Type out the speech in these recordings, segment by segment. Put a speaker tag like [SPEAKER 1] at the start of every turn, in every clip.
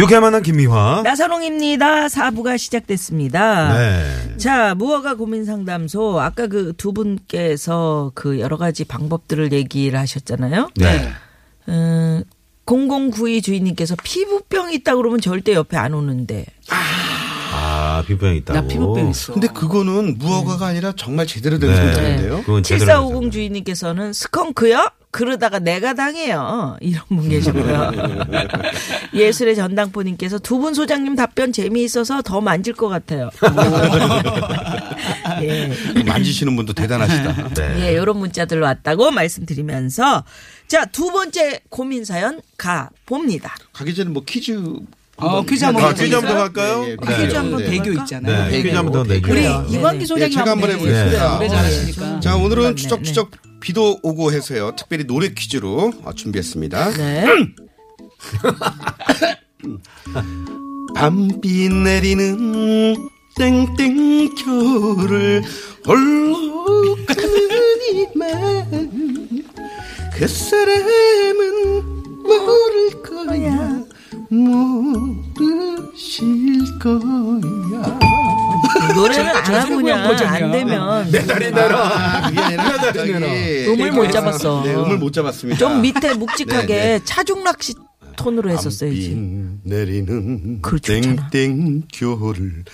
[SPEAKER 1] 유쾌한 만남 김미화.
[SPEAKER 2] 나사롱입니다. 사부가 시작됐습니다.
[SPEAKER 1] 네.
[SPEAKER 2] 자, 무허가 고민 상담소. 아까 그 두 분께서 그 여러 가지 방법들을 얘기를 하셨잖아요.
[SPEAKER 1] 네.
[SPEAKER 2] 음, 0092 주인님께서 피부병이 있다 그러면 절대 옆에 안 오는데.
[SPEAKER 1] 아, 피부병 있다고.
[SPEAKER 3] 나 피부병 있어.
[SPEAKER 4] 근데 그거는 무허가가 아니라 정말 제대로 된
[SPEAKER 1] 네.
[SPEAKER 4] 상담인데요.
[SPEAKER 1] 그건 제대로
[SPEAKER 2] 7450 주인님께서는 스컹크요? 그러다가 내가 당해요. 이런 분 계시고요. 예술의 전당포님께서 두 분 소장님 답변 재미있어서 더 만질 것 같아요. 예.
[SPEAKER 4] 만지시는 분도 대단하시다.
[SPEAKER 1] 네.
[SPEAKER 2] 예, 요런 문자들 왔다고 말씀드리면서 자, 두 번째 고민 사연 가 봅니다.
[SPEAKER 4] 가기 전에 뭐 퀴즈
[SPEAKER 3] 어, 퀴즈 한번
[SPEAKER 1] 아,
[SPEAKER 4] 한번
[SPEAKER 1] 퀴즈 한번 더 갈까요?
[SPEAKER 4] 네, 네,
[SPEAKER 1] 네.
[SPEAKER 2] 퀴즈 한번
[SPEAKER 4] 네.
[SPEAKER 2] 더
[SPEAKER 3] 대교
[SPEAKER 2] 해볼까?
[SPEAKER 3] 있잖아요.
[SPEAKER 1] 네, 퀴즈 한번 더 내주세요.
[SPEAKER 3] 우리
[SPEAKER 4] 그래요.
[SPEAKER 2] 네네.
[SPEAKER 3] 이광기 소장님
[SPEAKER 4] 예, 제가 한번 해보겠습니다.
[SPEAKER 3] 노래
[SPEAKER 4] 네.
[SPEAKER 3] 잘하시니까.
[SPEAKER 4] 자
[SPEAKER 2] 그렇네,
[SPEAKER 4] 오늘은
[SPEAKER 2] 네.
[SPEAKER 4] 추적추적 비도 오고 해서요. 특별히 노래 퀴즈로 어, 준비했습니다.
[SPEAKER 2] 네.
[SPEAKER 4] 밤비 내리는 땡땡 겨울을 홀로 가는이만 그 사람은 모를 거야 모르실 거야
[SPEAKER 2] 노래를 안
[SPEAKER 3] 저
[SPEAKER 2] 하고 그냥
[SPEAKER 3] 최고의 버전이야.
[SPEAKER 2] 안 되면
[SPEAKER 4] 네.
[SPEAKER 1] 다리 내라.
[SPEAKER 4] 아, 그게 아니라 갑자기
[SPEAKER 2] 음을 못 잡았어.
[SPEAKER 4] 네, 음을 못 잡았습니다.
[SPEAKER 2] 좀 밑에 묵직하게
[SPEAKER 4] 네,
[SPEAKER 2] 차중낚시 톤으로 했었어야지.
[SPEAKER 4] 빈 내리는
[SPEAKER 2] 그렇죠, 좋잖아.
[SPEAKER 4] 땡땡 겨울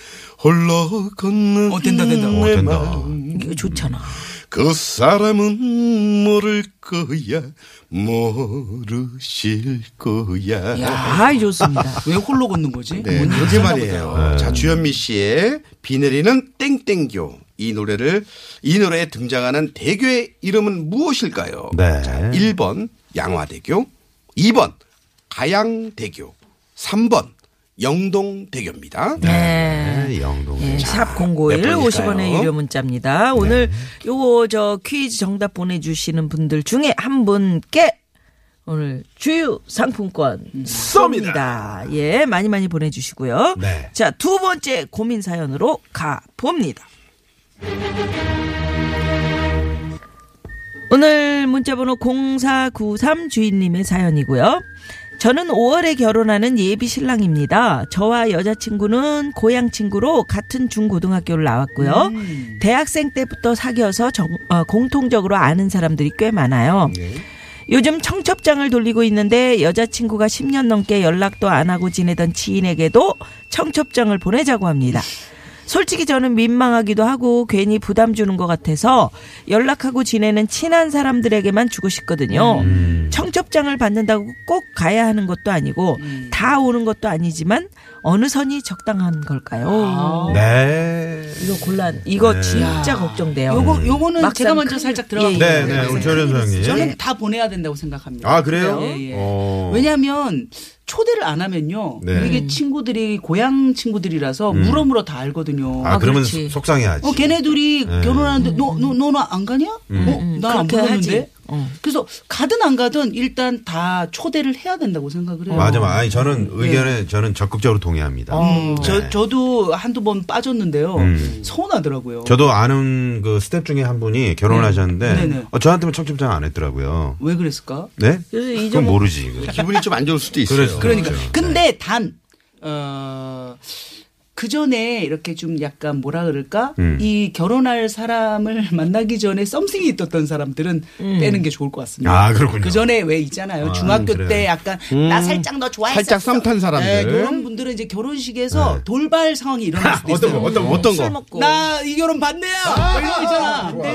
[SPEAKER 4] 홀로 걷는
[SPEAKER 3] 어, 된다, 된다.
[SPEAKER 1] 어,
[SPEAKER 4] 내
[SPEAKER 1] 된다.
[SPEAKER 3] 뭐,
[SPEAKER 4] 마음.
[SPEAKER 2] 이거 좋잖아.
[SPEAKER 4] 그 사람은 모를 거야 모르실 거야
[SPEAKER 2] 아, 좋습니다.
[SPEAKER 3] 왜 홀로 걷는 거지?
[SPEAKER 4] 네,
[SPEAKER 3] 뭔
[SPEAKER 4] 그게
[SPEAKER 3] 이상하다.
[SPEAKER 4] 말이에요.
[SPEAKER 1] 네.
[SPEAKER 4] 자, 주현미 씨의 비 내리는 땡땡교. 이 노래를, 이 노래에 등장하는 대교의 이름은 무엇일까요?
[SPEAKER 1] 네.
[SPEAKER 4] 자, 1번 양화대교, 2번 가양대교, 3번 영동대교입니다.
[SPEAKER 2] 네.
[SPEAKER 1] 네, 영동.
[SPEAKER 2] 예,
[SPEAKER 1] 자,
[SPEAKER 2] 샵051
[SPEAKER 4] 몇 번일까요? 네.
[SPEAKER 2] 50원의 유료 문자입니다. 오늘 요거 저 퀴즈 정답 보내주시는 분들 중에 한 분께 오늘 주유 상품권 쏩니다. 예, 많이 많이 보내주시고요.
[SPEAKER 1] 네.
[SPEAKER 2] 자, 두 번째 고민 사연으로 가봅니다. 오늘 문자번호 0493 주인님의 사연이고요. 저는 5월에 결혼하는 예비 신랑입니다. 저와 여자친구는 고향 친구로 같은 중고등학교를 나왔고요. 대학생 때부터 사귀어서 정- 어, 공통적으로 아는 사람들이 꽤 많아요. 요즘 청첩장을 돌리고 있는데 여자친구가 10년 넘게 연락도 안 하고 지내던 지인에게도 청첩장을 보내자고 합니다. 솔직히 저는 민망하기도 하고 괜히 부담 주는 것 같아서 연락하고 지내는 친한 사람들에게만 주고 싶거든요. 청첩장을 받는다고 꼭 가야 하는 것도 아니고 다 오는 것도 아니지만 어느 선이 적당한 걸까요?
[SPEAKER 3] 예.
[SPEAKER 1] 네.
[SPEAKER 2] 이거 곤란. 이거 진짜 걱정돼요.
[SPEAKER 1] 음.
[SPEAKER 3] 요거 요거는
[SPEAKER 2] 막상
[SPEAKER 3] 제가 먼저
[SPEAKER 2] 큰-
[SPEAKER 3] 살짝 들어가
[SPEAKER 2] 예, 예.
[SPEAKER 1] 네, 네, 우리 조련 소장님.
[SPEAKER 3] 저는 다 보내야 된다고 생각합니다.
[SPEAKER 1] 아, 그래요?
[SPEAKER 3] 예, 예.
[SPEAKER 1] 어.
[SPEAKER 3] 왜냐하면 초대를 안 하면요.
[SPEAKER 1] 네. 음.
[SPEAKER 3] 이게 친구들이 고향 친구들이라서 물어물어 다 알거든요.
[SPEAKER 1] 아, 그러면
[SPEAKER 2] 그렇지.
[SPEAKER 1] 속상해하지.
[SPEAKER 3] 어, 걔네들이
[SPEAKER 1] 네. 음.
[SPEAKER 3] 결혼하는데 너, 너, 너는 안 가냐? 어, 난안
[SPEAKER 2] 음, 그렇게
[SPEAKER 3] 불렀는데?
[SPEAKER 2] 하지. 어.
[SPEAKER 3] 그래서 가든 안 가든 일단 다 초대를 해야 된다고 생각을 해요.
[SPEAKER 1] 맞아, 맞아. 아니, 저는 의견에 저는 적극적으로 동의합니다.
[SPEAKER 3] 음,
[SPEAKER 1] 네.
[SPEAKER 3] 예. 저, 저도 한두 번 빠졌는데요.
[SPEAKER 1] 음.
[SPEAKER 3] 서운하더라고요.
[SPEAKER 1] 저도 아는 그 스텝 중에 한 분이 결혼하셨는데
[SPEAKER 3] 네네.
[SPEAKER 1] 어, 저한테만 청첩장 안 했더라고요.
[SPEAKER 3] 왜 그랬을까?
[SPEAKER 1] 네?
[SPEAKER 2] 그래서 이
[SPEAKER 1] 그건
[SPEAKER 2] 점-
[SPEAKER 1] 모르지. 이거.
[SPEAKER 4] 기분이 좀 안 좋을 수도 있어요.
[SPEAKER 1] 그래서-
[SPEAKER 3] 그러니까.
[SPEAKER 1] 그렇죠.
[SPEAKER 3] 근데 단, 어, 그 전에 이렇게 좀 약간 뭐라 그럴까?
[SPEAKER 1] 음.
[SPEAKER 3] 이 결혼할 사람을 만나기 전에 썸씽이 있었던 사람들은 빼는 게 좋을 것 같습니다.
[SPEAKER 1] 아, 그렇군요.
[SPEAKER 3] 그 전에 왜 있잖아요.
[SPEAKER 1] 아,
[SPEAKER 3] 중학교
[SPEAKER 1] 그래요.
[SPEAKER 3] 때 약간 나 살짝 너 좋아했어. 네,
[SPEAKER 4] 살짝 썸탄 사람들.
[SPEAKER 3] 그런 분들은 이제 결혼식에서 돌발 상황이 일어날 수도 있어요.
[SPEAKER 4] 어떤, 어떤
[SPEAKER 2] 술
[SPEAKER 4] 거?
[SPEAKER 2] 먹고.
[SPEAKER 3] 나 이 결혼 반대야. 뭐 이런 거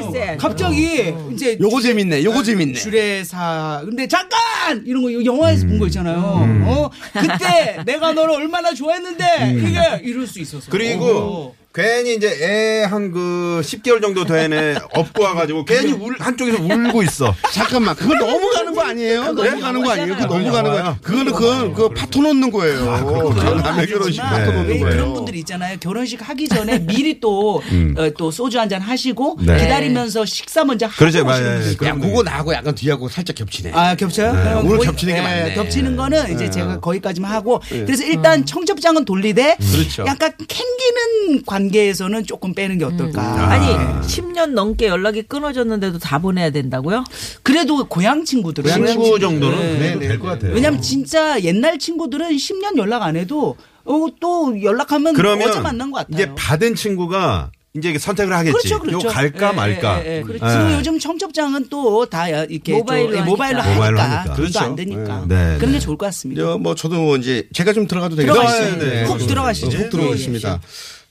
[SPEAKER 3] 있잖아.
[SPEAKER 2] 네.
[SPEAKER 3] 갑자기 이제
[SPEAKER 4] 요거 재밌네, 요거 재밌네.
[SPEAKER 3] 주례사. 근데 잠깐 이런 거 영화에서
[SPEAKER 4] 음.
[SPEAKER 3] 본 거 있잖아요.
[SPEAKER 4] 음.
[SPEAKER 3] 어? 그때 내가 너를 얼마나 좋아했는데 이게 이럴 수 있어서.
[SPEAKER 1] 그리고
[SPEAKER 3] 어.
[SPEAKER 1] 괜히 이제 애 한 그 10개월 정도 된 애 업고 와가지고 괜히 울, 한쪽에서 울고 있어.
[SPEAKER 4] 잠깐만, 그거 너무 가는 거 아니에요? 너무 가는 거 아니에요? 그거 너무 가는 거야.
[SPEAKER 1] 아,
[SPEAKER 4] 그거는 그건 그 파토 놓는 거예요.
[SPEAKER 3] 그건
[SPEAKER 4] 남의 결혼식
[SPEAKER 3] 아니지만
[SPEAKER 4] 파토 놓는
[SPEAKER 3] 왜 그런
[SPEAKER 4] 거예요.
[SPEAKER 3] 분들 있잖아요. 결혼식 하기 전에 미리 또,
[SPEAKER 4] 음.
[SPEAKER 3] 어, 또 소주 한 잔 하시고
[SPEAKER 1] 네.
[SPEAKER 3] 기다리면서 식사 먼저 하고
[SPEAKER 1] 그러지
[SPEAKER 3] 오시는
[SPEAKER 1] 마요.
[SPEAKER 3] 분들.
[SPEAKER 4] 야, 그거 나하고 약간 뒤하고 살짝 아, 예. 겹치네.
[SPEAKER 3] 아 겹쳐요? 그럼
[SPEAKER 4] 오늘
[SPEAKER 3] 거의- 예,
[SPEAKER 4] 겹치는 게 많네. 네. 음.
[SPEAKER 3] 겹치는 거는 이제 제가 거기까지만 하고 그래서 일단 청첩장은 돌리되
[SPEAKER 4] 그렇죠.
[SPEAKER 3] 약간 캥기는 관계에서는 조금 빼는 게
[SPEAKER 4] 음.
[SPEAKER 3] 어떨까.
[SPEAKER 2] 아니 10년 넘게 연락이 끊어졌는데도 다 보내야 된다고요?
[SPEAKER 3] 그래도 고향 친구들은
[SPEAKER 1] 아, 친구 정도는 그래도 될 것 같아요.
[SPEAKER 3] 네, 왜냐면 진짜 옛날 친구들은 10년 연락 안 해도 어, 또 연락하면
[SPEAKER 1] 그러면
[SPEAKER 3] 어제 만난 것 같아요.
[SPEAKER 1] 이제 받은 친구가 이제 선택을 하겠지.
[SPEAKER 3] 그렇죠, 그렇죠.
[SPEAKER 1] 요 갈까
[SPEAKER 3] 예,
[SPEAKER 1] 말까.
[SPEAKER 3] 예, 예, 그렇죠.
[SPEAKER 1] 예.
[SPEAKER 3] 그리고 요즘 청첩장은 또 다 이렇게
[SPEAKER 2] 모바일로
[SPEAKER 3] 저- 예, 모바일로
[SPEAKER 2] 하니까.
[SPEAKER 3] 하니까,
[SPEAKER 1] 모바일로 하니까.
[SPEAKER 3] 돈도
[SPEAKER 4] 그렇죠.
[SPEAKER 3] 안 되니까
[SPEAKER 1] 네,
[SPEAKER 3] 그런 게
[SPEAKER 1] 네.
[SPEAKER 3] 좋을 것 같습니다.
[SPEAKER 4] 저, 뭐, 저도 뭐 이제 제가 좀 들어가도 되겠어요.
[SPEAKER 3] 들어가시죠. 훅
[SPEAKER 4] 저도
[SPEAKER 3] 들어가시죠.
[SPEAKER 4] 네, 훅 들어오겠습니다.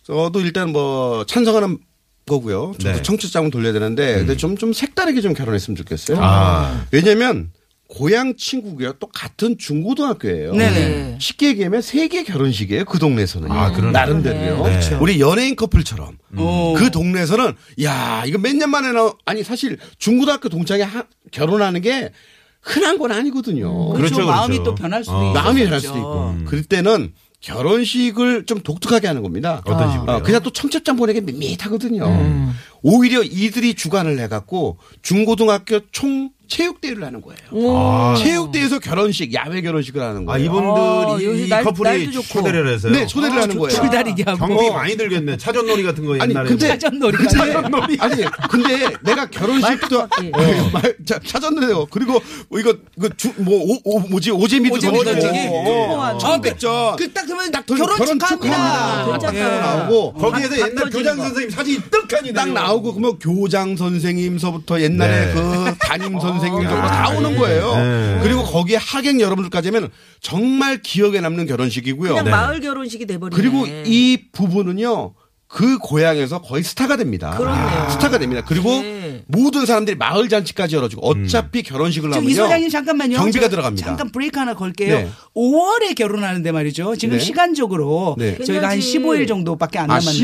[SPEAKER 4] 저도 일단 뭐 찬성하는 거고요. 저도
[SPEAKER 1] 네.
[SPEAKER 4] 청첩장은 돌려야 되는데 근데 좀, 좀 색다르게 좀 결혼했으면 좋겠어요.
[SPEAKER 1] 음. 아.
[SPEAKER 4] 왜냐면 고향 친구고요. 또 같은 중고등학교예요.
[SPEAKER 3] 네네.
[SPEAKER 4] 쉽게 얘기하면 세개 결혼식이에요. 그 동네에서는
[SPEAKER 1] 아, 그러네.
[SPEAKER 4] 나름대로요.
[SPEAKER 1] 네. 그렇죠.
[SPEAKER 4] 우리 연예인 커플처럼
[SPEAKER 3] 어.
[SPEAKER 4] 그 동네에서는 야 이거 몇 년 만에 나 아니 사실 중고등학교 동창이 하- 결혼하는 게 흔한 건 아니거든요.
[SPEAKER 3] 그렇죠,
[SPEAKER 1] 그렇죠,
[SPEAKER 3] 마음이
[SPEAKER 1] 그렇죠.
[SPEAKER 3] 또 변할 수도
[SPEAKER 1] 어.
[SPEAKER 3] 있고.
[SPEAKER 4] 마음이 변할 수도 있고. 그럴 때는 결혼식을 좀 독특하게 하는 겁니다.
[SPEAKER 1] 어떤 식으로요? 음.
[SPEAKER 4] 어, 그냥 또 청첩장 보내기 밋밋하거든요. 오히려 이들이 주관을 해갖고 중고등학교 총 체육대회를 하는 거예요. 체육대회에서 결혼식, 야외 결혼식을 하는
[SPEAKER 1] 아,
[SPEAKER 4] 거예요.
[SPEAKER 2] 어,
[SPEAKER 1] 이분들이
[SPEAKER 2] 요새
[SPEAKER 1] 이
[SPEAKER 2] 날-
[SPEAKER 1] 커플이
[SPEAKER 2] 날도 좋고.
[SPEAKER 1] 초대를 해서요. 아,
[SPEAKER 4] 네, 초대를 하는 거예요.
[SPEAKER 3] 줄다리기 하고
[SPEAKER 1] 경비 많이 들겠네. 차전놀이 같은 거
[SPEAKER 4] 아니
[SPEAKER 1] 옛날에.
[SPEAKER 4] 근데
[SPEAKER 3] 사전놀이
[SPEAKER 4] 근데-
[SPEAKER 3] 사전놀이.
[SPEAKER 4] 그 아니 근데 내가 결혼식도
[SPEAKER 1] 아, 예.
[SPEAKER 4] 어, 말- 자, 찾았는데요. 그리고 뭐 이거 그뭐 뭐지 오재미도
[SPEAKER 3] 오재미도
[SPEAKER 4] 던지고.
[SPEAKER 3] 던지기.
[SPEAKER 4] 어, 청백전.
[SPEAKER 3] 그딱 그러면
[SPEAKER 4] 딱 결혼, 아,
[SPEAKER 3] 축하합니다. 아, 예,
[SPEAKER 4] 딱
[SPEAKER 3] 괜찮다.
[SPEAKER 4] 나오고
[SPEAKER 1] 거기에서
[SPEAKER 3] 다- 다
[SPEAKER 1] 옛날
[SPEAKER 3] 터지는
[SPEAKER 1] 교장
[SPEAKER 3] 거.
[SPEAKER 1] 선생님 사진이 떡하니
[SPEAKER 4] 딱 나오고 그러면 교장 선생님서부터 옛날에
[SPEAKER 1] 네.
[SPEAKER 4] 그 담임 선생님서부터 다 오는 거예요.
[SPEAKER 1] 네.
[SPEAKER 4] 그리고 거기에 하객 여러분들까지 하면 정말 기억에 남는 결혼식이고요.
[SPEAKER 2] 그냥
[SPEAKER 1] 네.
[SPEAKER 2] 마을 결혼식이 돼버리네.
[SPEAKER 4] 그리고 이 부부는요. 그 고향에서 거의 스타가 됩니다.
[SPEAKER 2] 그렇네요.
[SPEAKER 4] 스타가 됩니다. 그리고
[SPEAKER 2] 네.
[SPEAKER 4] 모든 사람들이 마을 잔치까지 열어주고
[SPEAKER 1] 음.
[SPEAKER 4] 어차피 결혼식을
[SPEAKER 3] 저
[SPEAKER 4] 하면요.
[SPEAKER 3] 이 소장님 잠깐만요.
[SPEAKER 4] 경비가
[SPEAKER 3] 저
[SPEAKER 4] 들어갑니다.
[SPEAKER 3] 잠깐 브레이크 하나 걸게요.
[SPEAKER 4] 네.
[SPEAKER 3] 5월에 결혼하는데 말이죠. 지금
[SPEAKER 4] 네.
[SPEAKER 3] 시간적으로
[SPEAKER 4] 네.
[SPEAKER 3] 저희가 한
[SPEAKER 2] 괜찮지.
[SPEAKER 3] 15일 정도밖에 안
[SPEAKER 4] 아,
[SPEAKER 3] 남았는데.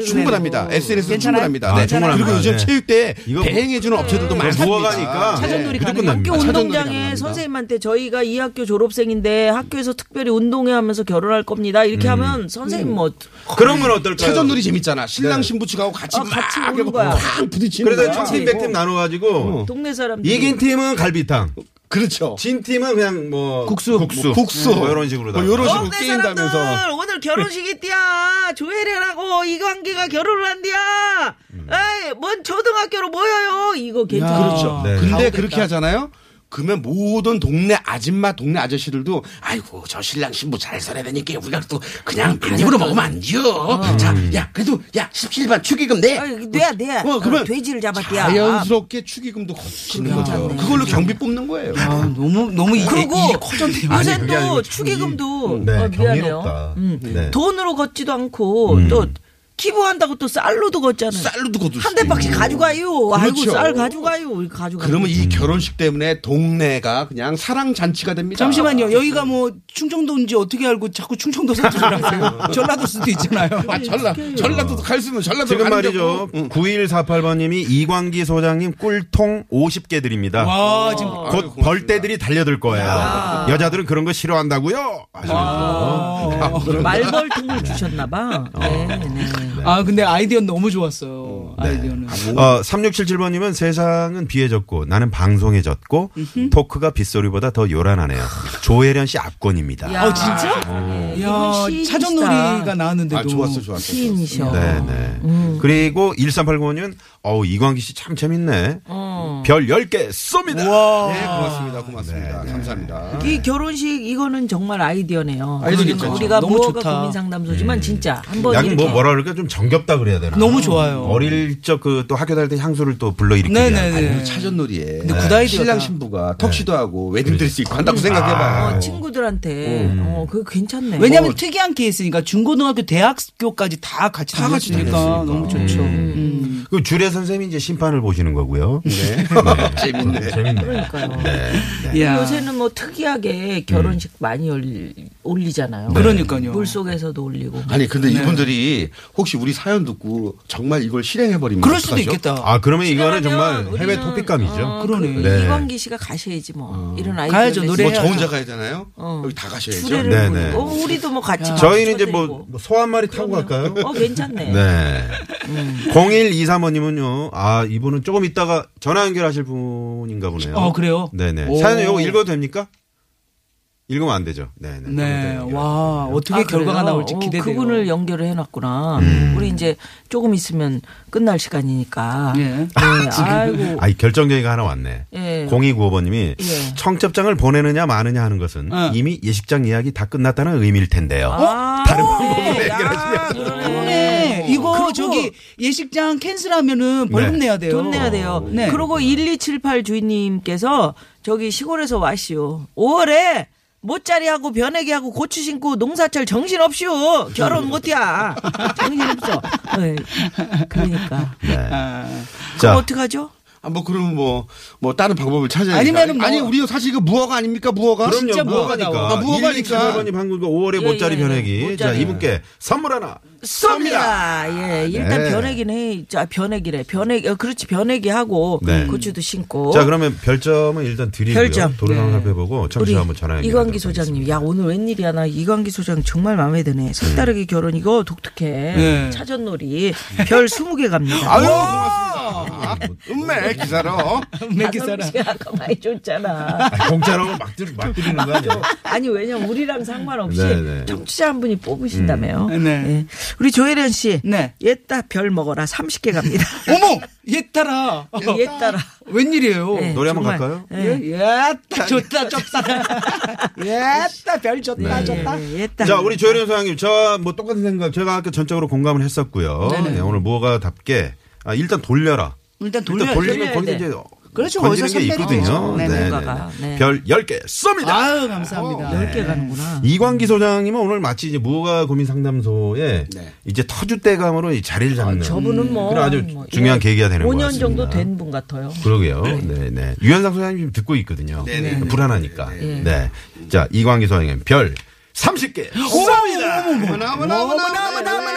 [SPEAKER 4] 15일 충분합니다. SNS 는
[SPEAKER 3] 괜찮아요?
[SPEAKER 4] 충분합니다.
[SPEAKER 1] 아,
[SPEAKER 4] 네.
[SPEAKER 1] 충분합니다.
[SPEAKER 4] 그리고 요즘
[SPEAKER 1] 네.
[SPEAKER 4] 체육대회
[SPEAKER 1] 이거
[SPEAKER 4] 대행해주는 업체들도 많습니다.
[SPEAKER 1] 누워가니까 네,
[SPEAKER 3] 차전놀이
[SPEAKER 1] 무조건
[SPEAKER 3] 가능해요?
[SPEAKER 1] 납니다.
[SPEAKER 2] 학교
[SPEAKER 4] 사전놀이
[SPEAKER 2] 운동장에
[SPEAKER 4] 가능합니다.
[SPEAKER 2] 선생님한테 저희가 이 학교 졸업생인데 학교에서 특별히 운동회 하면서 결혼할 겁니다. 이렇게
[SPEAKER 4] 음.
[SPEAKER 2] 하면 선생님 뭐
[SPEAKER 1] 그런 건 어떨까요?
[SPEAKER 4] 차전놀이 재밌잖아. 신랑 신부 측하고 같이
[SPEAKER 2] 아,
[SPEAKER 4] 막
[SPEAKER 2] 같이
[SPEAKER 4] 이렇게
[SPEAKER 2] 보는 거야.
[SPEAKER 4] 막 부딪히는
[SPEAKER 1] 네. 그래서
[SPEAKER 4] 거야.
[SPEAKER 1] 천팀 백팀
[SPEAKER 4] 어.
[SPEAKER 1] 나눠가지고
[SPEAKER 2] 동네 사람들이
[SPEAKER 1] 이긴 팀은 갈비탕,
[SPEAKER 4] 그렇죠.
[SPEAKER 1] 진 팀은 그냥 뭐
[SPEAKER 4] 국수.
[SPEAKER 1] 국수,
[SPEAKER 4] 국수.
[SPEAKER 1] 뭐 이런 식으로
[SPEAKER 4] 뭐 이런 식으로.
[SPEAKER 2] 동네
[SPEAKER 4] 게임다면서.
[SPEAKER 2] 사람들 오늘 결혼식이 띠야 조혜련하고 이광기가 결혼을 한디야. 에이 뭔 초등학교로 모여요. 이거 괜찮아.
[SPEAKER 4] 음. 그렇죠.
[SPEAKER 1] 네.
[SPEAKER 4] 근데
[SPEAKER 3] 가오겠다.
[SPEAKER 4] 그렇게 하잖아요. 그러면 모든 동네 아줌마, 동네 아저씨들도 아이고 저 신랑 신부 잘 살아야 되니까 우리가 또 그냥 입으로 먹으면 안 돼요. 자, 야 그래도 야 17반 축의금 내.
[SPEAKER 2] 아이, 내야 내.
[SPEAKER 4] 어, 그러면
[SPEAKER 2] 돼지를 잡았디야.
[SPEAKER 4] 자연스럽게 축의금도 걷히는 거죠. 그걸로 경비 뽑는 거예요.
[SPEAKER 3] 아, 너무 너무 이게,
[SPEAKER 2] 그리고
[SPEAKER 3] 일이 커졌네요.
[SPEAKER 2] 요새
[SPEAKER 1] 그게 아니고
[SPEAKER 2] 또
[SPEAKER 1] 이-
[SPEAKER 2] 축의금도
[SPEAKER 1] 네,
[SPEAKER 2] 어, 미안해요.
[SPEAKER 1] 경이롭다. 네.
[SPEAKER 2] 돈으로 걷지도 않고 또 기부한다고 또 쌀로도 걷잖아요.
[SPEAKER 4] 쌀로도 거둘
[SPEAKER 2] 한
[SPEAKER 4] 수도
[SPEAKER 2] 대박씩
[SPEAKER 4] 있고.
[SPEAKER 2] 가져가요. 아이고
[SPEAKER 4] 그렇죠.
[SPEAKER 2] 쌀 가져가요. 가져가.
[SPEAKER 4] 그러면
[SPEAKER 3] 음.
[SPEAKER 4] 이 결혼식 때문에 동네가 그냥 사랑 잔치가 됩니다. 아,
[SPEAKER 3] 잠시만요. 여기가 뭐 충청도인지 어떻게 알고 자꾸 충청도 사투리를 하세요? 전라도 수도 있잖아요.
[SPEAKER 4] 아, 전라 전라도도 갈 수는 전라도
[SPEAKER 1] 지금 말이죠.
[SPEAKER 2] 음.
[SPEAKER 1] 9148번님이 이광기 소장님 꿀통 50개 드립니다.
[SPEAKER 3] 와, 아,
[SPEAKER 4] 어.
[SPEAKER 3] 지금
[SPEAKER 1] 곧 벌떼들이 달려들 거예요. 여자들은 그런 거 싫어한다고요? 하시면서.
[SPEAKER 3] 어.
[SPEAKER 2] 말벌통을 주셨나봐. 네, 네.
[SPEAKER 3] 아, 근데 아이디어 너무 좋았어요.
[SPEAKER 4] 음, 네.
[SPEAKER 3] 아이디어는.
[SPEAKER 4] 뭐.
[SPEAKER 1] 어, 3677번님은 세상은 비해졌고 나는 방송해졌고 토크가 빗소리보다 더 요란하네요. 조혜련 씨 압권입니다.
[SPEAKER 2] 야.
[SPEAKER 3] 아, 진짜?
[SPEAKER 2] 이건
[SPEAKER 3] 야,
[SPEAKER 2] 시인이시다.
[SPEAKER 3] 차전놀이가 나왔는데도.
[SPEAKER 4] 아, 좋았어, 좋았어.
[SPEAKER 3] 아.
[SPEAKER 2] 시인이셔.
[SPEAKER 1] 네네.
[SPEAKER 3] 음.
[SPEAKER 1] 그리고 1389번님은 어우 이광기 씨 참 재밌네.
[SPEAKER 3] 어.
[SPEAKER 1] 별 10개 쏩니다.
[SPEAKER 3] 아.
[SPEAKER 4] 네, 고맙습니다.
[SPEAKER 1] 네,
[SPEAKER 4] 고맙습니다. 감사합니다.
[SPEAKER 2] 이 결혼식 이거는 정말 아이디어네요.
[SPEAKER 4] 아이디어
[SPEAKER 2] 지금
[SPEAKER 4] 괜찮죠.
[SPEAKER 2] 우리가
[SPEAKER 3] 너무
[SPEAKER 2] 무허가
[SPEAKER 3] 좋다.
[SPEAKER 2] 고민 상담소지만 진짜 한번
[SPEAKER 1] 약간 뭐
[SPEAKER 2] 이렇게
[SPEAKER 1] 뭐라 그럴까 좀 정겹다 그래야 되나?
[SPEAKER 3] 그러니까. 너무 좋아요.
[SPEAKER 1] 어릴 적 그 또 학교 다닐 때 향수를 또 불러일으키는.
[SPEAKER 3] 네네네.
[SPEAKER 4] 아니, 차전놀이에
[SPEAKER 3] 근데 그 굿아이디어다. 네.
[SPEAKER 4] 신랑 신부가 턱시도 하고 웨딩드레스 입고 한다고
[SPEAKER 1] 그러니까.
[SPEAKER 4] 생각해봐요.
[SPEAKER 1] 아,
[SPEAKER 2] 어, 친구들한테 어, 그거 괜찮네. 뭐
[SPEAKER 3] 왜냐면 하 특이한 케이스니까 중고등학교 대학교까지 다 같이
[SPEAKER 4] 다 같이
[SPEAKER 3] 다녔으니까
[SPEAKER 4] 다녔으니까.
[SPEAKER 3] 너무 좋죠. 음.
[SPEAKER 1] 그 주례 선생님이 이제 심판을 보시는 거고요. 네.
[SPEAKER 4] 재밌네.
[SPEAKER 1] 재밌네.
[SPEAKER 2] 뭐 그러니까요.
[SPEAKER 1] 네.
[SPEAKER 3] 야.
[SPEAKER 1] 음.
[SPEAKER 2] 요새는 뭐 특이하게 결혼식 많이 열리고 올리잖아요.
[SPEAKER 1] 네.
[SPEAKER 3] 그러니까요.
[SPEAKER 2] 물 속에서도 올리고.
[SPEAKER 4] 아니 근데
[SPEAKER 3] 네.
[SPEAKER 4] 이분들이 혹시 우리 사연 듣고 정말 이걸 실행해 버리면
[SPEAKER 3] 그럴 수도 있겠다.
[SPEAKER 1] 아 그러면 이거는 정말
[SPEAKER 2] 왜냐하면
[SPEAKER 1] 해외
[SPEAKER 2] 우리는,
[SPEAKER 1] 토픽감이죠.
[SPEAKER 2] 어,
[SPEAKER 3] 아, 그러네.
[SPEAKER 2] 그
[SPEAKER 1] 네. 어.
[SPEAKER 2] 이광기 씨가 가셔야지 뭐 이런 아이들
[SPEAKER 3] 가야죠, 노래.
[SPEAKER 4] 뭐저 혼자 가야 되나요?
[SPEAKER 2] 어.
[SPEAKER 4] 여기 다 가셔야죠.
[SPEAKER 2] 추리를
[SPEAKER 1] 네,
[SPEAKER 2] 부르고
[SPEAKER 1] 네.
[SPEAKER 2] 어, 우리도 뭐 같이
[SPEAKER 1] 저희는
[SPEAKER 3] 아,
[SPEAKER 1] 이제
[SPEAKER 2] 박수
[SPEAKER 1] 뭐
[SPEAKER 2] 쳐드리고.
[SPEAKER 1] 소 한 마리 타고 갈까요?
[SPEAKER 2] 어 괜찮네. 음.
[SPEAKER 1] 네. 0123호님은요. 아 이분은 조금 있다가 전화 연결하실 분인가 보네요.
[SPEAKER 2] 아,
[SPEAKER 3] 어 그래요.
[SPEAKER 1] 네네.
[SPEAKER 3] 오.
[SPEAKER 1] 사연 이거 읽어도 됩니까? 읽으면 안 되죠. 네네.
[SPEAKER 3] 네. 와 어떻게
[SPEAKER 2] 아,
[SPEAKER 3] 결과가
[SPEAKER 2] 그래요?
[SPEAKER 3] 나올지
[SPEAKER 2] 어,
[SPEAKER 3] 기대돼요.
[SPEAKER 2] 그분을 연결을 해놨구나.
[SPEAKER 1] 음.
[SPEAKER 2] 우리 이제 조금 있으면 끝날 시간이니까.
[SPEAKER 3] 예.
[SPEAKER 2] 네, 아이고.
[SPEAKER 1] 아, 이 결정적이가 하나 왔네.
[SPEAKER 2] 예.
[SPEAKER 1] 0295번님이
[SPEAKER 2] 예.
[SPEAKER 1] 청첩장을 보내느냐 마느냐 하는 것은
[SPEAKER 3] 어.
[SPEAKER 1] 이미 예식장 이야기 다 끝났다는 의미일 텐데요.
[SPEAKER 2] 아,
[SPEAKER 1] 다른 방법으로
[SPEAKER 2] 네.
[SPEAKER 1] 해결하시면
[SPEAKER 2] 야, 그러네.
[SPEAKER 3] 네, 이거
[SPEAKER 2] 그리고
[SPEAKER 3] 저기 예식장 캔슬하면은 벌금
[SPEAKER 1] 네.
[SPEAKER 3] 내야 돼요.
[SPEAKER 2] 돈 내야 돼요.
[SPEAKER 3] 네.
[SPEAKER 2] 그리고 1278 주인님께서 저기 시골에서 와시오. 5월에 못자리하고 변애기하고 고추 심고 농사철 정신없이오. 결혼 못이야. 정신없어. 네. 그러니까.
[SPEAKER 3] 아,
[SPEAKER 2] 그럼
[SPEAKER 1] 자,
[SPEAKER 2] 어떡하죠?
[SPEAKER 4] 아, 뭐 그러면 뭐, 뭐 다른 방법을 찾아야
[SPEAKER 3] 아니면은 뭐-
[SPEAKER 4] 아니 우리 사실 이거 무허가 아닙니까 무허가?
[SPEAKER 3] 진짜 뭐가 나와.
[SPEAKER 1] 무허가니까.
[SPEAKER 4] 아, 무허가니까.
[SPEAKER 1] 1번이 방금 5월에
[SPEAKER 2] 예,
[SPEAKER 1] 못자리
[SPEAKER 2] 예, 예.
[SPEAKER 1] 변하기. 자,
[SPEAKER 2] 못자리.
[SPEAKER 1] 이분께 선물 하나.
[SPEAKER 2] 쏩니다. 예, 일단
[SPEAKER 1] 네.
[SPEAKER 2] 변액이긴 해. 자, 변액이래. 변액, 어, 그렇지, 변액이 하고
[SPEAKER 1] 네.
[SPEAKER 2] 고추도 심고.
[SPEAKER 1] 자, 그러면 별점은 일단 드리고요.
[SPEAKER 2] 어? 별점. 네.
[SPEAKER 1] 도로 상황 살펴보고 청취자 한번 전화 연결.
[SPEAKER 2] 이광기 소장님, 야 오늘 웬일이야 나 이광기 소장 정말 마음에 드네. 색다르게 결혼 이거 독특해.
[SPEAKER 3] 네.
[SPEAKER 2] 차전놀이 별 20개 갑니다.
[SPEAKER 4] 아유 고맙습니다. 음매 기사로.
[SPEAKER 3] 맥이
[SPEAKER 2] 다섯
[SPEAKER 3] 사람.
[SPEAKER 2] 개 아까 많이 줬잖아.
[SPEAKER 1] 공짜로 막, 들, 막 드리는 거 아니에요?
[SPEAKER 2] 아니 왜냐면 우리랑 상관없이
[SPEAKER 1] 네, 네.
[SPEAKER 2] 정치자 한 분이 뽑으신다며요.
[SPEAKER 3] 음. 네.
[SPEAKER 2] 예. 우리 조혜련 씨,
[SPEAKER 3] 네.
[SPEAKER 2] 옛다 별 먹어라 30개 갑니다.
[SPEAKER 3] 어머 얘따라.
[SPEAKER 2] 예, 옛따라.
[SPEAKER 3] 웬일이에요?
[SPEAKER 2] 예,
[SPEAKER 1] 노래 한번
[SPEAKER 2] 정말.
[SPEAKER 1] 갈까요?
[SPEAKER 2] 예.
[SPEAKER 3] 얘따 좋다 좁다. 얘따 별 좋다 좋다.
[SPEAKER 2] 예, 옛따라.
[SPEAKER 1] 자, 우리 조혜련 소장님, 저와 뭐 똑같은 생각, 제가 아까 전적으로 공감을 했었고요. 네, 오늘 뭐가답게, 아, 일단 돌려라.
[SPEAKER 3] 일단 돌려.
[SPEAKER 1] 일단 돌리면
[SPEAKER 2] 돌려야
[SPEAKER 1] 거기서
[SPEAKER 2] 돼.
[SPEAKER 1] 이제
[SPEAKER 3] 그렇죠.
[SPEAKER 1] 건지는
[SPEAKER 3] 거기서 선별이
[SPEAKER 1] 게 있거든요.
[SPEAKER 3] 되죠.
[SPEAKER 2] 네,
[SPEAKER 1] 네,
[SPEAKER 2] 뭔가가.
[SPEAKER 1] 네.
[SPEAKER 2] 네.
[SPEAKER 1] 별 10개 쏩니다.
[SPEAKER 3] 아유 감사합니다.
[SPEAKER 2] 10개 가는구나.
[SPEAKER 1] 이광기 소장님은 오늘 마치 이제 무허가 고민 상담소에
[SPEAKER 4] 네.
[SPEAKER 1] 이제 터줏대감으로 이 자리를 잡는
[SPEAKER 2] 저분은 뭐
[SPEAKER 1] 그런 아주
[SPEAKER 2] 뭐
[SPEAKER 1] 중요한 계기가 되는 것
[SPEAKER 2] 5년
[SPEAKER 1] 같습니다.
[SPEAKER 2] 정도 된 분 같아요.
[SPEAKER 1] 그러게요. 네, 네. 유현상 소장님 지금 듣고 있거든요. 불안하니까. 네. 자, 이광기 소장님 별 30개.
[SPEAKER 4] 어머나 어머나 어머나 어머나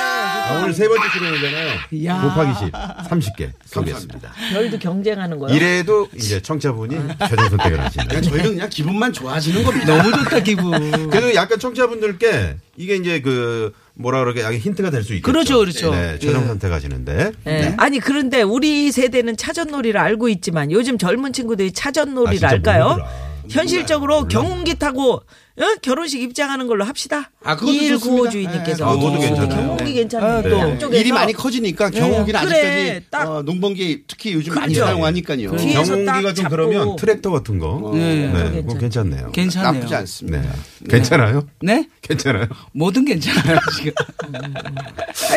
[SPEAKER 1] 아, 오늘 세 번째 출연이잖아요.
[SPEAKER 3] 야.
[SPEAKER 1] 곱하기 10. 30개 쏘겠습니다.
[SPEAKER 2] 별도 경쟁하는 거예요.
[SPEAKER 1] 이래도 이제 청자분이 최종 선택을 하신다.
[SPEAKER 4] 그냥 저희는 그냥 기분만 좋아지는 겁니다.
[SPEAKER 3] 너무 좋다 기분.
[SPEAKER 1] 그래도 약간 청자분들께 이게 이제 그 뭐라 그러게 약간 힌트가 될 수 있겠죠.
[SPEAKER 3] 그렇죠, 그렇죠.
[SPEAKER 1] 네, 최종
[SPEAKER 3] 예.
[SPEAKER 1] 선택하시는데.
[SPEAKER 2] 예. 아니 그런데 우리 세대는 차전놀이를 알고 있지만 요즘 젊은 친구들이 차전놀이를
[SPEAKER 1] 아, 진짜 네.
[SPEAKER 2] 알까요?
[SPEAKER 1] 모르더라.
[SPEAKER 2] 현실적으로 경운기 타고 어? 결혼식 입장하는 걸로 합시다.
[SPEAKER 4] 아, 그것도 좋습니다.
[SPEAKER 2] 주인님께서
[SPEAKER 1] 예, 예. 아, 그것도 괜찮아요.
[SPEAKER 2] 경운기 괜찮네.
[SPEAKER 3] 아, 또.
[SPEAKER 2] 양쪽에서
[SPEAKER 4] 일이 많이 커지니까 경운기는
[SPEAKER 2] 그래,
[SPEAKER 4] 아직까지
[SPEAKER 2] 딱.
[SPEAKER 4] 어, 농번기 특히 요즘 많이
[SPEAKER 2] 그렇죠.
[SPEAKER 4] 사용하니까요.
[SPEAKER 2] 그렇죠. 뒤에서
[SPEAKER 1] 네. 경운기가
[SPEAKER 2] 딱
[SPEAKER 1] 좀
[SPEAKER 2] 잡고.
[SPEAKER 1] 그러면 트랙터 같은 거.
[SPEAKER 3] 네,
[SPEAKER 1] 네, 그거 괜찮네요.
[SPEAKER 3] 괜찮네요.
[SPEAKER 4] 나쁘지 않습니다.
[SPEAKER 1] 네. 괜찮아요?
[SPEAKER 3] 네?
[SPEAKER 1] 괜찮아요?
[SPEAKER 3] 뭐든 괜찮아요 지금.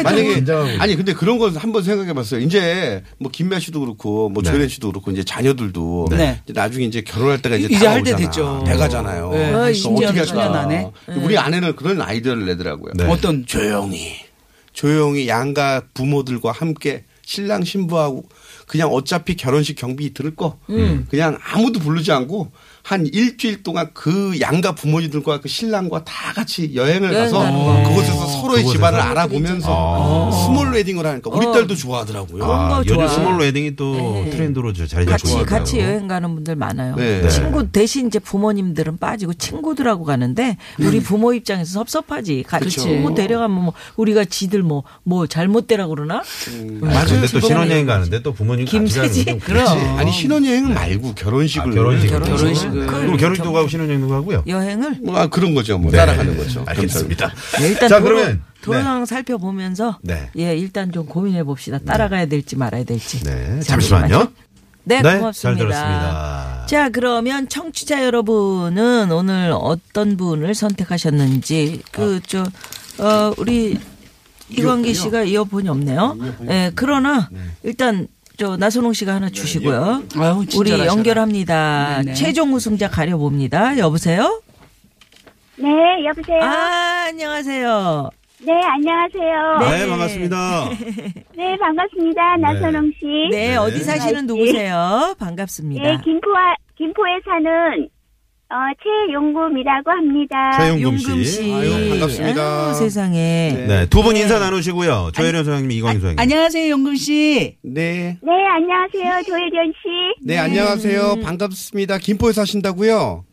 [SPEAKER 4] 만약에
[SPEAKER 1] 긴장하고 있어요.
[SPEAKER 4] 아니 근데 그런 건 한번 생각해 봤어요. 이제 뭐 김미아 씨도 그렇고 뭐
[SPEAKER 1] 네.
[SPEAKER 4] 조혜련 씨도 그렇고 이제 자녀들도
[SPEAKER 3] 네.
[SPEAKER 4] 이제 나중에 이제 결혼할 때가 이제
[SPEAKER 3] 이제 할때
[SPEAKER 4] 다가오잖아.
[SPEAKER 3] 됐죠.
[SPEAKER 4] 돼가잖아요.
[SPEAKER 3] 네.
[SPEAKER 4] 그래서
[SPEAKER 3] 아,
[SPEAKER 4] 어떻게
[SPEAKER 3] 이제는
[SPEAKER 4] 할까?
[SPEAKER 3] 수년 안에.
[SPEAKER 4] 우리 아내는 그런 아이디어를 내더라고요.
[SPEAKER 1] 네.
[SPEAKER 3] 어떤
[SPEAKER 4] 조용히 조용히 양가 부모들과 함께 신랑 신부하고 그냥 어차피 결혼식 경비 들을 거 그냥 아무도 부르지 않고 한 일주일 동안 그 양가 부모님들과 그 신랑과 다 같이 여행을
[SPEAKER 2] 여행
[SPEAKER 4] 가서
[SPEAKER 2] 가는
[SPEAKER 4] 그곳에서 서로의
[SPEAKER 1] 어. 그곳에서?
[SPEAKER 4] 집안을 알아보면서
[SPEAKER 1] 아.
[SPEAKER 4] 스몰 웨딩을 하니까 우리
[SPEAKER 2] 어.
[SPEAKER 4] 딸도 좋아하더라고요.
[SPEAKER 2] 그런 거
[SPEAKER 1] 아, 요즘
[SPEAKER 2] 좋아.
[SPEAKER 1] 스몰 웨딩이 또 트렌드로 저 자리 잡고
[SPEAKER 2] 같이
[SPEAKER 1] 있어요.
[SPEAKER 2] 같이 여행 가는 분들 많아요.
[SPEAKER 4] 네. 네.
[SPEAKER 2] 친구 대신 이제 부모님들은 빠지고 친구들하고 가는데 우리 부모 입장에서 섭섭하지. 같이
[SPEAKER 3] 그쵸.
[SPEAKER 2] 친구 데려가면 뭐 우리가 지들 뭐 뭐 잘못되라 그러나?
[SPEAKER 1] 맞아요. 근데 또
[SPEAKER 2] 즐거워요.
[SPEAKER 1] 신혼여행 가는데 또 부모님 같이 가는
[SPEAKER 2] 김세지?
[SPEAKER 1] 건
[SPEAKER 2] 그럼.
[SPEAKER 1] 그렇지.
[SPEAKER 4] 네, 아니 신혼여행 말고
[SPEAKER 1] 네.
[SPEAKER 4] 결혼식을
[SPEAKER 1] 아, 결혼식을.
[SPEAKER 3] 결혼식을.
[SPEAKER 1] 그럼 결혼식도 가고 신혼여행도 가고요.
[SPEAKER 2] 여행을
[SPEAKER 4] 뭐, 아, 그런 거죠. 뭐
[SPEAKER 1] 네.
[SPEAKER 4] 따라가는 거죠.
[SPEAKER 1] 알겠습니다.
[SPEAKER 2] 네, 일단
[SPEAKER 1] 자,
[SPEAKER 2] 도로,
[SPEAKER 1] 그러면
[SPEAKER 2] 도로
[SPEAKER 1] 네.
[SPEAKER 2] 상황 살펴보면서
[SPEAKER 1] 네.
[SPEAKER 2] 예 일단 좀 고민해 봅시다. 따라가야 될지 말아야 될지.
[SPEAKER 1] 네, 잠시만요.
[SPEAKER 2] 네, 고맙습니다.
[SPEAKER 1] 잘 들었습니다.
[SPEAKER 2] 자, 그러면 청취자 여러분은 오늘 어떤 분을 선택하셨는지
[SPEAKER 1] 아.
[SPEAKER 2] 그 저 어, 우리 이광기 씨가 이어폰이 없네요. 네, 예, 그러나 일단 저 나선홍 씨가 하나 주시고요.
[SPEAKER 3] 아유, 어, 진짜
[SPEAKER 2] 우리
[SPEAKER 3] 잘하셔라.
[SPEAKER 2] 연결합니다.
[SPEAKER 3] 네네.
[SPEAKER 2] 최종 우승자 가려봅니다. 여보세요?
[SPEAKER 5] 네, 여보세요.
[SPEAKER 2] 아, 안녕하세요.
[SPEAKER 5] 네, 안녕하세요.
[SPEAKER 1] 네, 반갑습니다.
[SPEAKER 5] 네, 반갑습니다. 나선홍 씨.
[SPEAKER 2] 네, 어디 사시는 네, 누구세요?
[SPEAKER 5] 네,
[SPEAKER 2] 반갑습니다.
[SPEAKER 5] 김포와 김포에 사는 어, 최용금이라고 합니다.
[SPEAKER 1] 최용금 씨.
[SPEAKER 4] 아유, 반갑습니다.
[SPEAKER 2] 아유, 세상에.
[SPEAKER 4] 네.
[SPEAKER 1] 네, 두 분 인사 나누시고요. 조혜련 소장님, 이광희 소장님.
[SPEAKER 3] 안녕하세요, 용금 씨.
[SPEAKER 4] 네.
[SPEAKER 5] 네, 안녕하세요. 조혜련 씨.
[SPEAKER 4] 네, 안녕하세요. 반갑습니다. 김포에 사신다고요?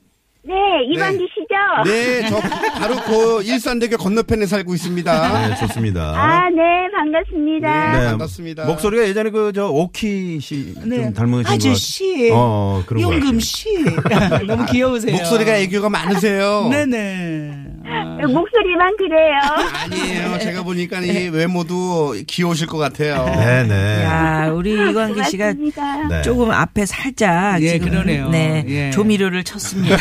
[SPEAKER 5] 네, 이광기 씨죠?
[SPEAKER 4] 네, 저 바로 그 일산대교 건너편에 살고 있습니다.
[SPEAKER 1] 네, 좋습니다.
[SPEAKER 5] 아, 네,
[SPEAKER 2] 아,
[SPEAKER 5] 반갑습니다.
[SPEAKER 4] 네, 반갑습니다.
[SPEAKER 1] 목소리가 예전에 그 저 오키 씨 좀
[SPEAKER 3] 네.
[SPEAKER 2] 네.
[SPEAKER 1] 닮으신
[SPEAKER 3] 아저씨.
[SPEAKER 1] 것 같아요. 어, 그런 것
[SPEAKER 3] 용금
[SPEAKER 1] 같아요.
[SPEAKER 3] 씨. 너무
[SPEAKER 1] 네.
[SPEAKER 3] 귀여우세요.
[SPEAKER 4] 목소리가 애교가 많으세요.
[SPEAKER 3] 네네. 아,
[SPEAKER 5] 목소리만 그래요.
[SPEAKER 4] 아니에요. 제가 보니까 이 외모도 귀여우실 것 같아요.
[SPEAKER 1] 네, 네.
[SPEAKER 2] 야, 우리 이광기 씨가
[SPEAKER 5] 고맙습니다.
[SPEAKER 1] 네.
[SPEAKER 2] 조금 앞에 살짝
[SPEAKER 3] 예,
[SPEAKER 2] 지금
[SPEAKER 3] 그러네요.
[SPEAKER 2] 네,
[SPEAKER 3] 예.
[SPEAKER 2] 조미료를 쳤습니다.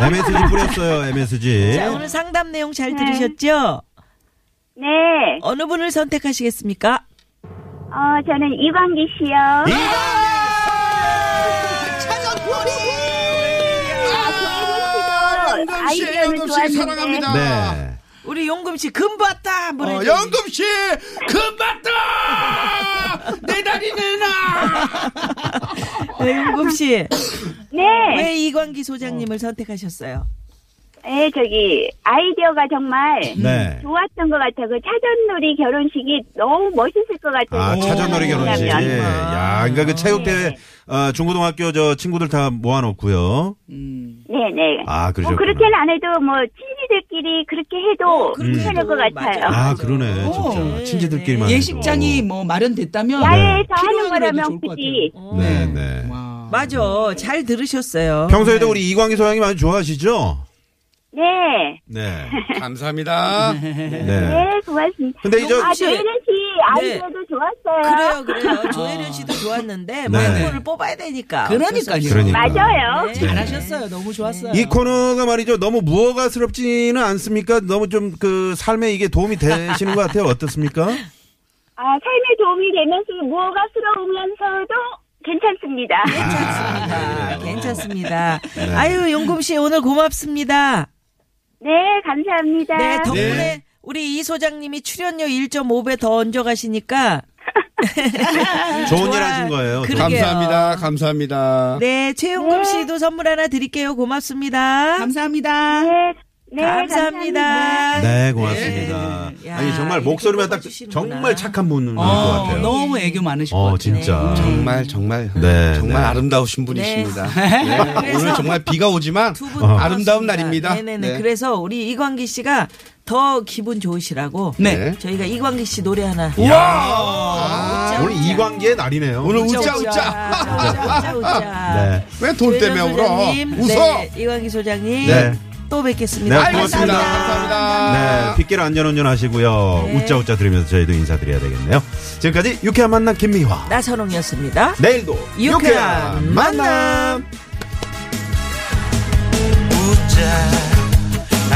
[SPEAKER 1] MSG 뿌렸어요, MSG.
[SPEAKER 2] 자, 오늘 상담 내용 잘 들으셨죠?
[SPEAKER 5] 네,
[SPEAKER 2] 어느 분을 선택하시겠습니까?
[SPEAKER 5] 어, 저는 이광기 씨요.
[SPEAKER 4] 영금
[SPEAKER 5] 아,
[SPEAKER 4] 씨, 아, 영금 씨 사랑합니다.
[SPEAKER 1] 네.
[SPEAKER 2] 우리 용금 씨 금봤다
[SPEAKER 4] 어,
[SPEAKER 2] 보내줘.
[SPEAKER 4] 영금 씨, 금봤다.
[SPEAKER 1] 네.
[SPEAKER 4] 내 다리 내놔.
[SPEAKER 2] 네, 용금 씨.
[SPEAKER 5] 네,
[SPEAKER 2] 왜 이광기 소장님을 선택하셨어요?
[SPEAKER 5] 네, 저기, 아이디어가 정말
[SPEAKER 2] 음,
[SPEAKER 1] 네.
[SPEAKER 5] 좋았던 것 같아요. 그 차전놀이 결혼식이 너무 멋있을 것 같아요.
[SPEAKER 1] 아, 차전놀이 결혼식.
[SPEAKER 5] 왜냐면
[SPEAKER 1] 예. 야, 그러니까 그
[SPEAKER 2] 네,
[SPEAKER 1] 체육대회, 어, 중고등학교 저 친구들 다 모아놓고요.
[SPEAKER 3] 음.
[SPEAKER 5] 네네.
[SPEAKER 1] 아,
[SPEAKER 5] 뭐
[SPEAKER 1] 그러셨구나.
[SPEAKER 5] 그렇게는 안 해도 뭐 친지들끼리 그렇게
[SPEAKER 2] 어,
[SPEAKER 5] 해도 괜찮을 것 같아요.
[SPEAKER 1] 아, 그러네,
[SPEAKER 3] 오,
[SPEAKER 1] 진짜.
[SPEAKER 2] 음. 네,
[SPEAKER 1] 친지들끼리만. 해도. 어.
[SPEAKER 3] 예식장이 뭐 마련됐다면
[SPEAKER 1] 아,
[SPEAKER 5] 야외에서 하는
[SPEAKER 3] 필요한 거라도
[SPEAKER 5] 거라면
[SPEAKER 3] 좋을 것
[SPEAKER 5] 굳이
[SPEAKER 3] 같아요.
[SPEAKER 1] 네, 네.
[SPEAKER 3] 와.
[SPEAKER 2] 맞아. 잘 들으셨어요.
[SPEAKER 1] 평소에도 우리 이광희 소장님 아주 좋아하시죠?
[SPEAKER 5] 네.
[SPEAKER 1] 네.
[SPEAKER 4] 감사합니다.
[SPEAKER 1] 네.
[SPEAKER 5] 네, 고맙습니다.
[SPEAKER 1] 근데 이제
[SPEAKER 5] 아, 조혜련 씨 아이디어도
[SPEAKER 2] 그래요,
[SPEAKER 5] 좋았어요.
[SPEAKER 2] 그래요. 조혜련 씨도 좋았는데 뭐
[SPEAKER 1] 네.
[SPEAKER 2] 한 분을 뽑아야 되니까.
[SPEAKER 3] 그러니까요.
[SPEAKER 1] 그러니까.
[SPEAKER 5] 맞아요.
[SPEAKER 2] 네.
[SPEAKER 3] 그렇죠. 잘하셨어요. 너무 좋았어요.
[SPEAKER 1] 이 코너가 말이죠. 너무 무허가스럽지는 않습니까? 너무 좀 그 삶에 이게 도움이 되시는 것 같아요. 어떻습니까?
[SPEAKER 5] 아, 삶에 도움이 되면서 무허가스러우면서도 괜찮습니다.
[SPEAKER 2] 아,
[SPEAKER 1] 네.
[SPEAKER 2] 괜찮습니다. 아유, 용금 씨 오늘 고맙습니다.
[SPEAKER 5] 네, 감사합니다.
[SPEAKER 2] 네, 덕분에 우리 이 소장님이 출연료 1.5배 더 얹어 가시니까
[SPEAKER 1] 좋은 일
[SPEAKER 2] 좋아요.
[SPEAKER 1] 하신 거예요.
[SPEAKER 2] 그러게요.
[SPEAKER 4] 감사합니다. 감사합니다.
[SPEAKER 2] 네, 최용금 씨도 선물 하나 드릴게요. 고맙습니다.
[SPEAKER 3] 감사합니다.
[SPEAKER 5] 네, 네,
[SPEAKER 2] 감사합니다.
[SPEAKER 1] 네, 고맙습니다.
[SPEAKER 2] 네.
[SPEAKER 1] 아니
[SPEAKER 2] 야,
[SPEAKER 1] 정말
[SPEAKER 2] 이렇게
[SPEAKER 1] 목소리만 딱
[SPEAKER 2] 뽑아주시는구나.
[SPEAKER 1] 정말 착한 분인
[SPEAKER 3] 어,
[SPEAKER 1] 것 같아요.
[SPEAKER 3] 너무 애교 많으실 것
[SPEAKER 1] 어,
[SPEAKER 3] 같아요.
[SPEAKER 1] 진짜.
[SPEAKER 4] 정말 정말
[SPEAKER 1] 네,
[SPEAKER 4] 정말
[SPEAKER 1] 네.
[SPEAKER 4] 아름다우신 분이십니다. 네, 오늘 정말 비가 오지만
[SPEAKER 2] 두 분 고맙습니다.
[SPEAKER 4] 아름다운 날입니다.
[SPEAKER 2] 네네네.
[SPEAKER 4] 네.
[SPEAKER 2] 그래서 우리 이광기 씨가 더 기분 좋으시라고
[SPEAKER 3] 네.
[SPEAKER 4] 네.
[SPEAKER 2] 저희가 이광기 씨 노래 하나
[SPEAKER 4] 아,
[SPEAKER 1] 오늘
[SPEAKER 2] 네.
[SPEAKER 1] 이광기의 날이네요.
[SPEAKER 4] 오늘 웃자 웃자.
[SPEAKER 2] 웃자 웃자 웃자.
[SPEAKER 1] 네.
[SPEAKER 4] 왜 돈 때문에
[SPEAKER 2] 조혜련
[SPEAKER 4] 울어?
[SPEAKER 2] 소장님,
[SPEAKER 4] 웃어.
[SPEAKER 2] 네, 이광기 소장님
[SPEAKER 1] 네.
[SPEAKER 2] 또 뵙겠습니다.
[SPEAKER 1] 네, 고맙습니다.
[SPEAKER 4] 감사합니다.
[SPEAKER 1] 네, 빗길 안전운전 하시고요. 웃자 웃자 들으면서 저희도 인사드려야 되겠네요. 지금까지 유쾌한 만남 김미화.
[SPEAKER 2] 나선홍이었습니다.
[SPEAKER 1] 내일도
[SPEAKER 2] 유쾌한 만남.
[SPEAKER 6] 웃자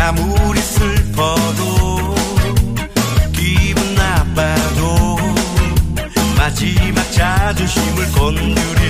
[SPEAKER 6] 아무리 슬퍼도 기분 나빠도 마지막 자존심을 건드려